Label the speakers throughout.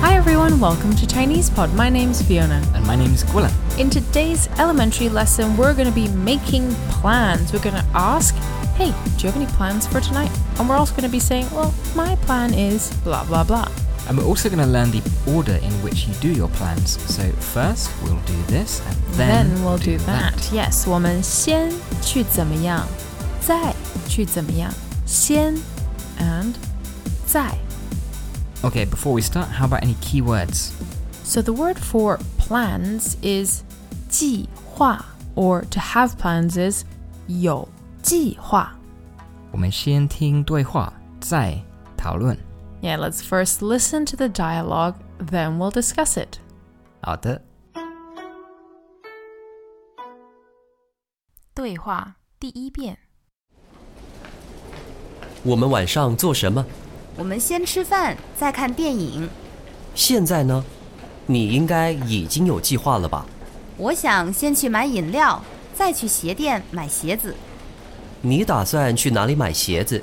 Speaker 1: Hi everyone, welcome to Chinese Pod. My name's Fiona.
Speaker 2: And my name's Gwilyn.
Speaker 1: In today's elementary lesson, we're going to be making plans. We're going to ask, hey, do you have any plans for tonight? And we're also going to be saying, well, my plan is blah blah blah.
Speaker 2: And we're also going to learn the order in which you do your plans. So first we'll do this, and then,
Speaker 1: Then we'll do that. Yes, 我们先去怎么样，再去怎么样，先 and 再。
Speaker 2: Okay, before we start, how about any keywords?
Speaker 1: So the word for plans is 计划 or to have plans is 有计划.
Speaker 2: 我们先听对话，再讨论。
Speaker 1: Yeah, let's first listen to the dialogue, then we'll discuss it.
Speaker 2: 好的，
Speaker 1: 对话第一遍.
Speaker 3: 我们晚上做什么？
Speaker 4: 我们先吃饭，再看电影。
Speaker 3: 现在呢？你应该已经有计划了吧？
Speaker 4: 我想先去买饮料，再去鞋店买鞋子。
Speaker 3: 你打算去哪里买鞋子？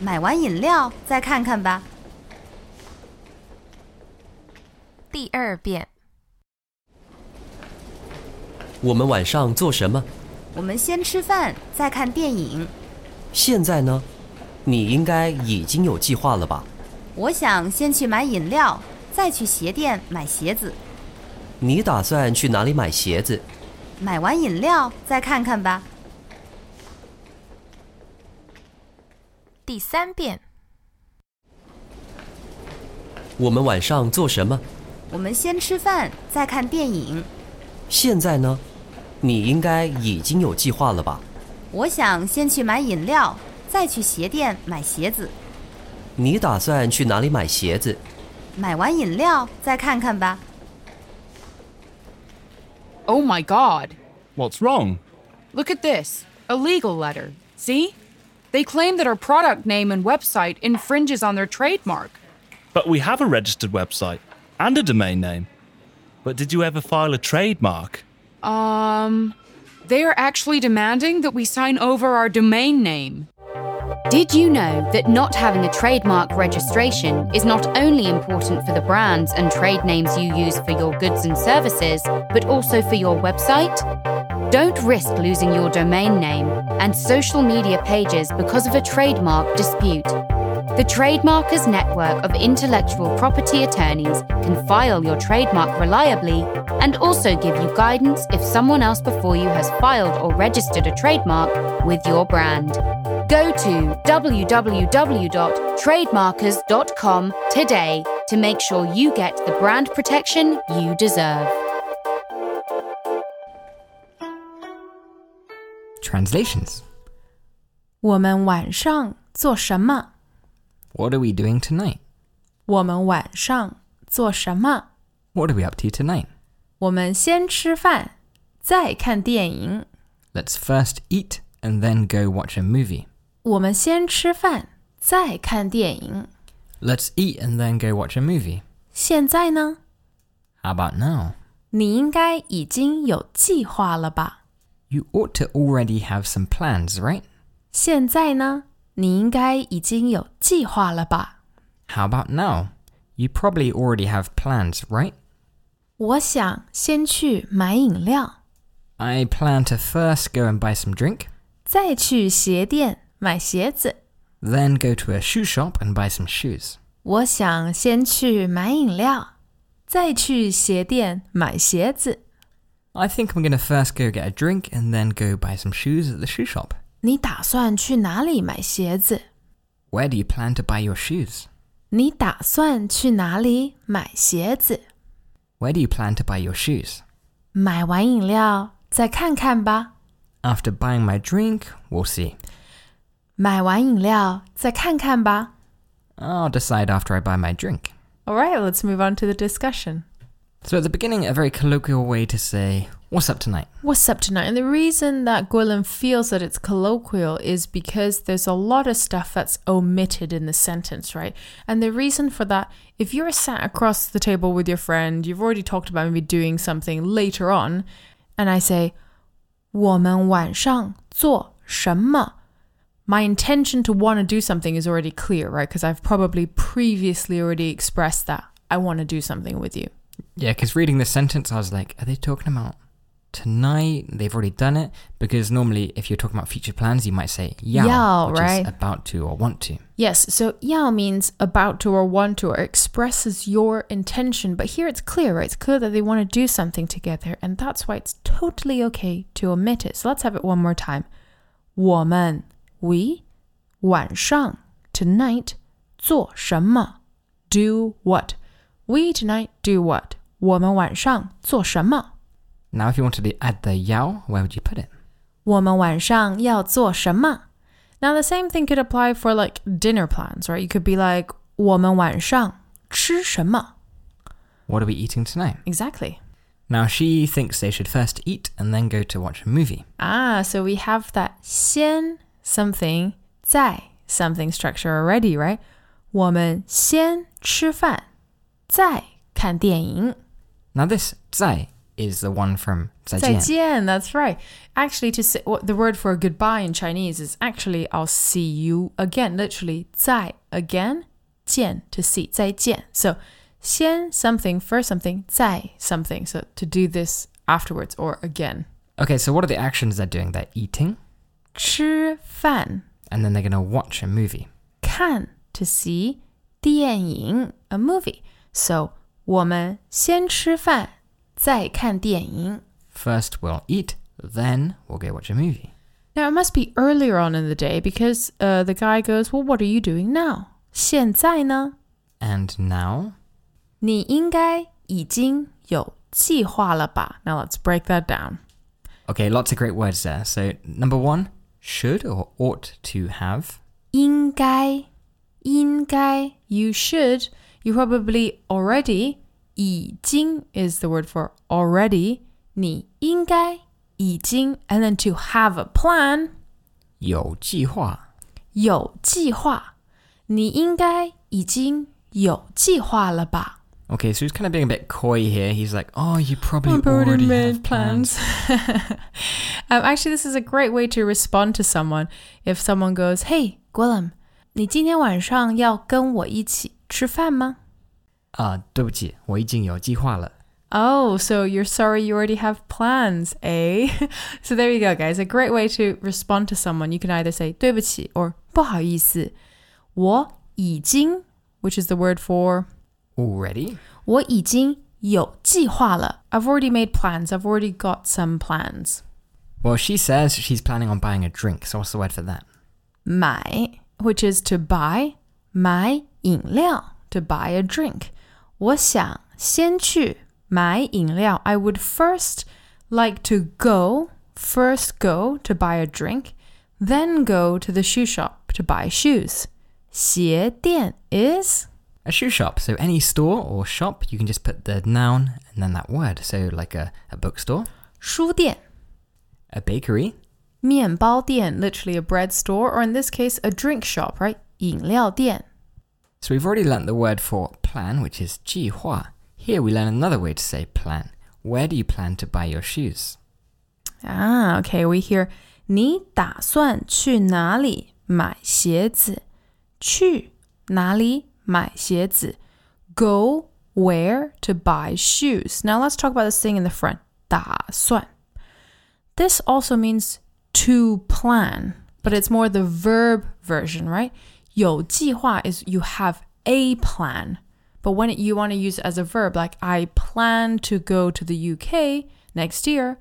Speaker 4: 买完饮料再看看吧。
Speaker 1: 第二遍.
Speaker 3: 我们晚上做什么？
Speaker 4: 我们先吃饭，再看电影。
Speaker 3: 现在呢？你应该已经有计划了吧？
Speaker 4: 我想先去买饮料，再去鞋店买鞋子。
Speaker 3: 你打算去哪里买鞋子？
Speaker 4: 买完饮料再看看吧。
Speaker 1: 第三遍.
Speaker 3: 我们晚上做什么？
Speaker 4: 我们先吃饭，再看电影。
Speaker 3: 现在呢？你应该已经有计划了吧？
Speaker 4: 我想先去买饮料，再去鞋店买鞋子。
Speaker 3: 你打算去哪里买鞋子？
Speaker 4: 买完饮料再看看吧。
Speaker 5: Oh my god.
Speaker 6: What's wrong?
Speaker 5: Look at this. A legal letter. See? They claim that our product name and website infringes on their trademark.
Speaker 6: But we have a registered website and a domain name. But did you ever file a trademark?
Speaker 5: Um, they are actually demanding that we sign over our domain name.
Speaker 7: Did you know that not having a trademark registration is not only important for the brands and trade names you use for your goods and services, but also for your website? Don't risk losing your domain name and social media pages because of a trademark dispute. The Trademarkers Network of Intellectual Property Attorneys can file your trademark reliably and also give you guidance if someone else before you has filed or registered a trademark with your brand. Go to www.trademarkers.com today to make sure you get the brand protection you deserve.
Speaker 2: translations.
Speaker 1: 我们晚上做什么?
Speaker 2: What are we doing tonight?
Speaker 1: 我们晚上做什么?
Speaker 2: What are we up to tonight?
Speaker 1: 我们先吃饭，再看电影。
Speaker 2: Let's first eat and then go watch a movie.
Speaker 1: 我们先吃饭，再看电影。现在呢？
Speaker 2: Let's eat and then go watch a movie. How about now?
Speaker 1: 你应该已经有计划了吧？
Speaker 2: You ought to already have some plans, right?
Speaker 1: 现在呢？你应该已经有计划了吧？
Speaker 2: How about now? You probably already have plans, right?
Speaker 1: 我想先去买饮料，
Speaker 2: I plan to first go and buy some drink,
Speaker 1: 再去鞋店买鞋子。
Speaker 2: then go to a shoe shop and buy some shoes.
Speaker 1: 我想先去买饮料，再去鞋店买鞋子。
Speaker 2: I think I'm going to first go get a drink and then go buy some shoes at the shoe shop.
Speaker 1: 你打算去哪里买鞋子？
Speaker 2: Where do you plan to buy your shoes?
Speaker 1: 你打算去哪里买鞋子？
Speaker 2: Where do you plan to buy your shoes?
Speaker 1: 买完饮料再看看吧。
Speaker 2: After buying my drink, we'll see.
Speaker 1: 买完饮料再看看吧。
Speaker 2: I'll decide after I buy my drink.
Speaker 1: All right, let's move on to the discussion.
Speaker 2: So at the beginning, a very colloquial way to say, What's up tonight?
Speaker 1: What's up tonight? And the reason that Gwilym feels that it's colloquial is because there's a lot of stuff that's omitted in the sentence, right? And the reason for that, if you're sat across the table with your friend, you've already talked about maybe doing something later on, and I say, 我们晚上做什么? My intention to want to do something is already clear, right? Because I've probably previously already expressed that I want to do something with you.
Speaker 2: Yeah, because reading this sentence, I was like, are they talking about tonight? They've already done it. Because normally, if you're talking about future plans, you might say, yeah,
Speaker 1: Yao,
Speaker 2: which
Speaker 1: right.
Speaker 2: is about to or want to.
Speaker 1: Yes, so yao means about to or want to or expresses your intention, but here it's clear, right? It's clear that they want to do something together, and that's why it's totally okay to omit it. So let's have it one more time. 我们 we 晚上 tonight 做什么 do what we tonight do what 我们晚上做什么
Speaker 2: Now, if you wanted to add the yao, where would you put it?
Speaker 1: 我们晚上要做什么? Now the same thing could apply for like dinner plans, right? You could be like 我们晚上吃什么?
Speaker 2: What are we eating tonight?
Speaker 1: Exactly.
Speaker 2: Now, she thinks they should first eat and then go to watch a movie.
Speaker 1: Ah, so we have that 先 something 在 something structure already, right? 我们先吃饭,再看电影。
Speaker 2: Now, this zai is the one from 再见.
Speaker 1: Zaijian, that's right. Actually, to say what the word for goodbye in Chinese is actually I'll see you again. Literally, 再 again, 见 to see 再见. So, 先 something first something, 再 something. So to do this afterwards or again.
Speaker 2: Okay, so what are the actions they're doing? They're eating
Speaker 1: 吃饭
Speaker 2: and then they're going to watch a movie.
Speaker 1: 看 to see 电影 a movie. So 我们先吃饭再看电影.
Speaker 2: First, we'll eat, then we'll go watch a movie.
Speaker 1: Now it must be earlier on in the day because uh, the guy goes, "Well, what are you doing now?" 现在呢？
Speaker 2: And now,
Speaker 1: 你应该已经有计划了吧? Now let's break that down.
Speaker 2: okay, lots of great words there. So, number one, should or ought to have.
Speaker 1: 应该, you should, you probably already, 已经 is the word for already, 你应该已经, and then to have a plan,
Speaker 2: 有计划.
Speaker 1: 有计划。你应该已经有计划了吧?
Speaker 2: Okay, so he's kind of being a bit coy here. He's like, oh, you probably
Speaker 1: I've already
Speaker 2: already
Speaker 1: made
Speaker 2: have plans.
Speaker 1: um, actually, this is a great way to respond to someone. If someone goes, "Hey, Guillem, 你今天晚上要跟我一起吃饭吗?"
Speaker 2: Ah, 对不起，我已经有计划了.
Speaker 1: Oh, so you're sorry you already have plans, eh? so there you go, guys. A great way to respond to someone. You can either say 对不起 or 不好意思.我已经, which is the word for
Speaker 2: Already?
Speaker 1: 我已经有计划了. I've already made plans. I've already got some plans.
Speaker 2: Well, she says she's planning on buying a drink. So what's the word for that?
Speaker 1: 买 which is to buy 买饮料 to buy a drink. 我想先去买饮料. I would first like to go first go to buy a drink, then go to the shoe shop to buy shoes. 鞋店 is
Speaker 2: A shoe shop. So any store or shop, you can just put the noun and then that word. So like a, a bookstore,
Speaker 1: 书店
Speaker 2: a bakery,
Speaker 1: 面包店 literally a bread store or in this case a drink shop, right? 饮料店
Speaker 2: So we've already learnt the word for plan, which is 计划. Here we learn another way to say plan. Where do you plan to buy your shoes?
Speaker 1: Ah, okay, we hear 你打算去哪里买鞋子？去哪里买鞋子? Go where to buy shoes. Now let's talk about this thing in the front. 打算. This also means to plan, but it's more the verb version, right? 有计划 is you have a plan. But when you want to use it as a verb, like I plan to go to the UK next year,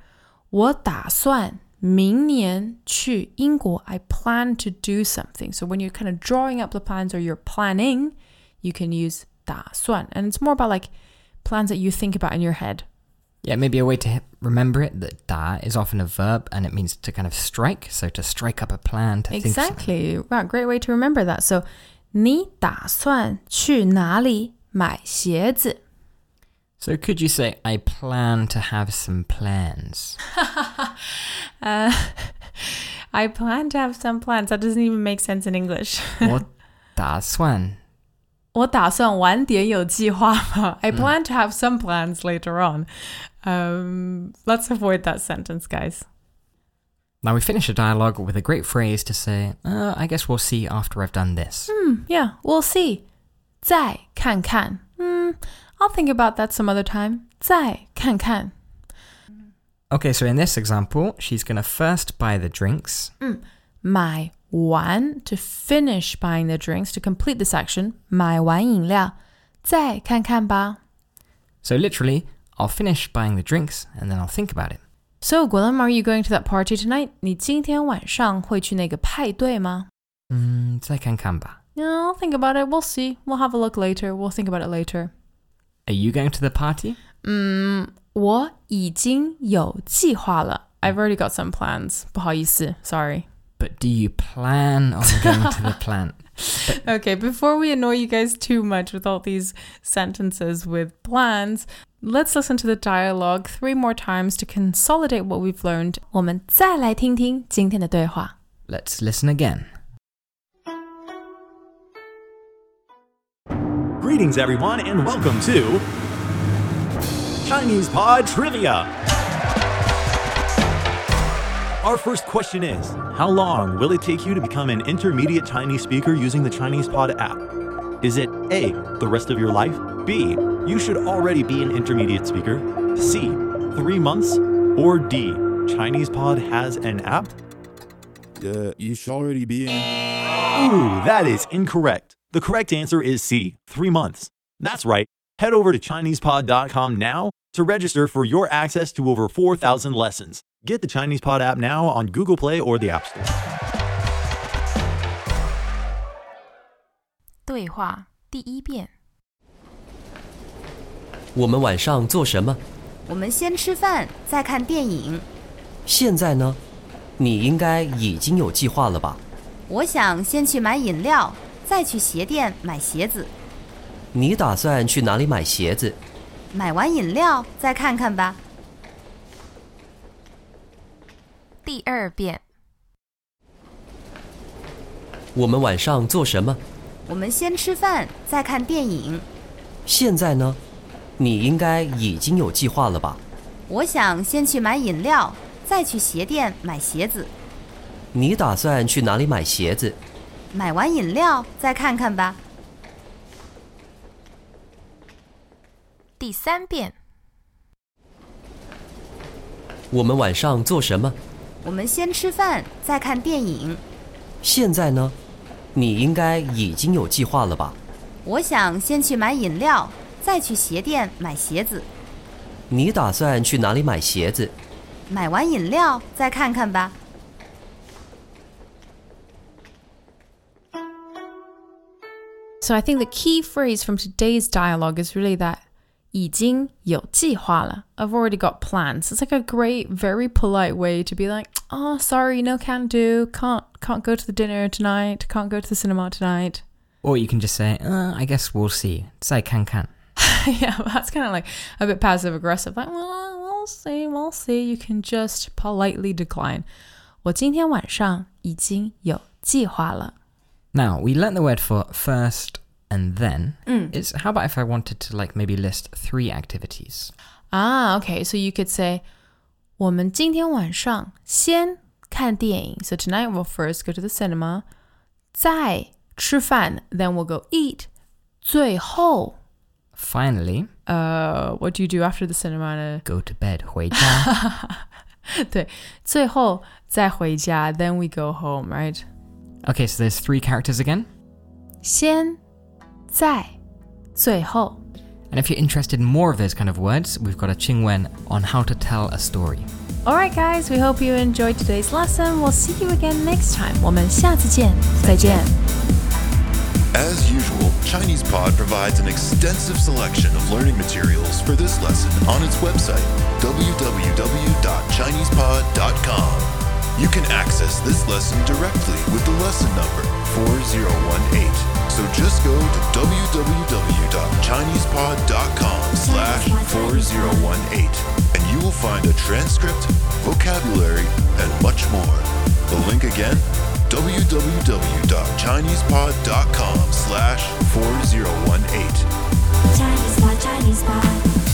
Speaker 1: 我打算明年去英国. I plan to do something. So when you're kind of drawing up the plans or you're planning, you can use 打算. And it's more about like plans that you think about in your head.
Speaker 2: Yeah, maybe a way to he- remember it that da is often a verb and it means to kind of strike. So to strike up a plan, to think something.
Speaker 1: Exactly. Wow, great way to remember that. So 你打算去哪里买鞋子?
Speaker 2: So could you say, I plan to have some plans?
Speaker 1: Uh, I plan to have some plans. That doesn't even make sense in English.
Speaker 2: 我打算.
Speaker 1: 我打算晚点有计划吗? I plan to have some plans later on. Um, let's avoid that sentence, guys.
Speaker 2: Now we finish a dialogue with a great phrase to say, uh, I guess we'll see after I've done this.
Speaker 1: Hmm, yeah, we'll see. 再看看. Hmm, I'll think about that some other time. 再看看.
Speaker 2: Okay, so in this example, she's going to first buy the drinks.
Speaker 1: 买完 to finish buying the drinks to complete this action. 买完饮料再看看吧.
Speaker 2: So literally, I'll finish buying the drinks and then I'll think about it.
Speaker 1: So, Guillaume, are you going to that party tonight? 你今天晚上会去那个派对吗?
Speaker 2: Mm, 再看看吧.
Speaker 1: Yeah, I'll think about it. We'll see. We'll have a look later. We'll think about it later. Mm,
Speaker 2: Are you going to the party?
Speaker 1: 我已经有计划了. I've already got some plans. 不好意思. Sorry.
Speaker 2: But do you plan on going to the plant?
Speaker 1: Okay, before we annoy you guys too much with all these sentences with plans, let's listen to the dialogue three more times to consolidate what we've learned. 我们再来听听今天的对话.
Speaker 2: Let's listen again.
Speaker 8: Greetings, everyone, and welcome to Chinese Pod Trivia. Our first question is How long will it take you to become an intermediate Chinese speaker using the Chinese Pod app? Is it A, the rest of your life? B, you should already be an intermediate speaker? C, three months? Or D, Chinese Pod has an app?
Speaker 9: Uh, you should already be in.
Speaker 8: Ooh, that is incorrect. The correct answer is C, three months. That's right. Head over to ChinesePod.com now to register for your access to over 4,000 lessons. Get the Chinese Pod app now on Google Play or the App Store.
Speaker 1: 对话第一遍.
Speaker 3: 我们晚上做什么？
Speaker 4: 我们先吃饭，再看电影。
Speaker 3: 现在呢？你应该已经有计划了吧？
Speaker 4: 我想先去买饮料，再去鞋店买鞋子。
Speaker 3: 你打算去哪里买鞋子？
Speaker 4: 买完饮料再看看吧。
Speaker 1: 第二遍.
Speaker 3: 我们晚上做什么？
Speaker 4: 我们先吃饭，再看电影。
Speaker 3: 现在呢？你应该已经有计划了吧？
Speaker 4: 我想先去买饮料，再去鞋店买鞋子。
Speaker 3: 你打算去哪里买鞋子？
Speaker 4: 买完饮料再看看吧。
Speaker 1: 第三遍.
Speaker 3: 我们晚上做什么？
Speaker 4: 我们先吃饭，再看电影。
Speaker 3: 现在呢？你应该已经有计划了吧？
Speaker 4: 我想先去买饮料，再去鞋店买鞋子。
Speaker 3: 你打算去哪里买鞋子？
Speaker 4: 买完饮料再看看吧。
Speaker 1: So I think the key phrase from today's dialogue is really that 已经有计划了. I've already got plans. It's like a great, very polite way to be like, oh, sorry, no can do. Can't can't go to the dinner tonight. Can't go to the cinema tonight.
Speaker 2: Or you can just say, uh, I guess we'll see. 再看看.
Speaker 1: yeah, that's kind of like a bit passive aggressive. Like, well, we'll see, we'll see. You can just politely decline. 我今天晚上已经有计划了.
Speaker 2: Now, we learnt the word for first and then. It's how about if I wanted to like maybe list three activities?
Speaker 1: Ah, okay. So you could say, 我们今天晚上先看电影. So tonight we'll first go to the cinema. 再吃饭, then we'll go eat. 最后,
Speaker 2: Finally,
Speaker 1: uh, what do you do after the cinema?呢?
Speaker 2: go to bed. 回家.
Speaker 1: 对,最后再回家, then we go home, right?
Speaker 2: okay, so there's three characters again.
Speaker 1: 先,再,最后.
Speaker 2: And if you're interested in more of those kind of words, we've got a Chingwen on how to tell a story.
Speaker 1: Alright guys, we hope you enjoyed today's lesson. We'll see you again next time. 我们下次见,再见.
Speaker 9: As usual, ChinesePod provides an extensive selection of learning materials for this lesson on its website, www.chinesepod.com. You can access this lesson directly with the lesson number 4018. So just go to www.chinesepod.com slash 4018 and you will find a transcript, vocabulary, and much more. The link again, www.chinesepod.com slash 4018.
Speaker 10: Chinese spot, Chinese spot.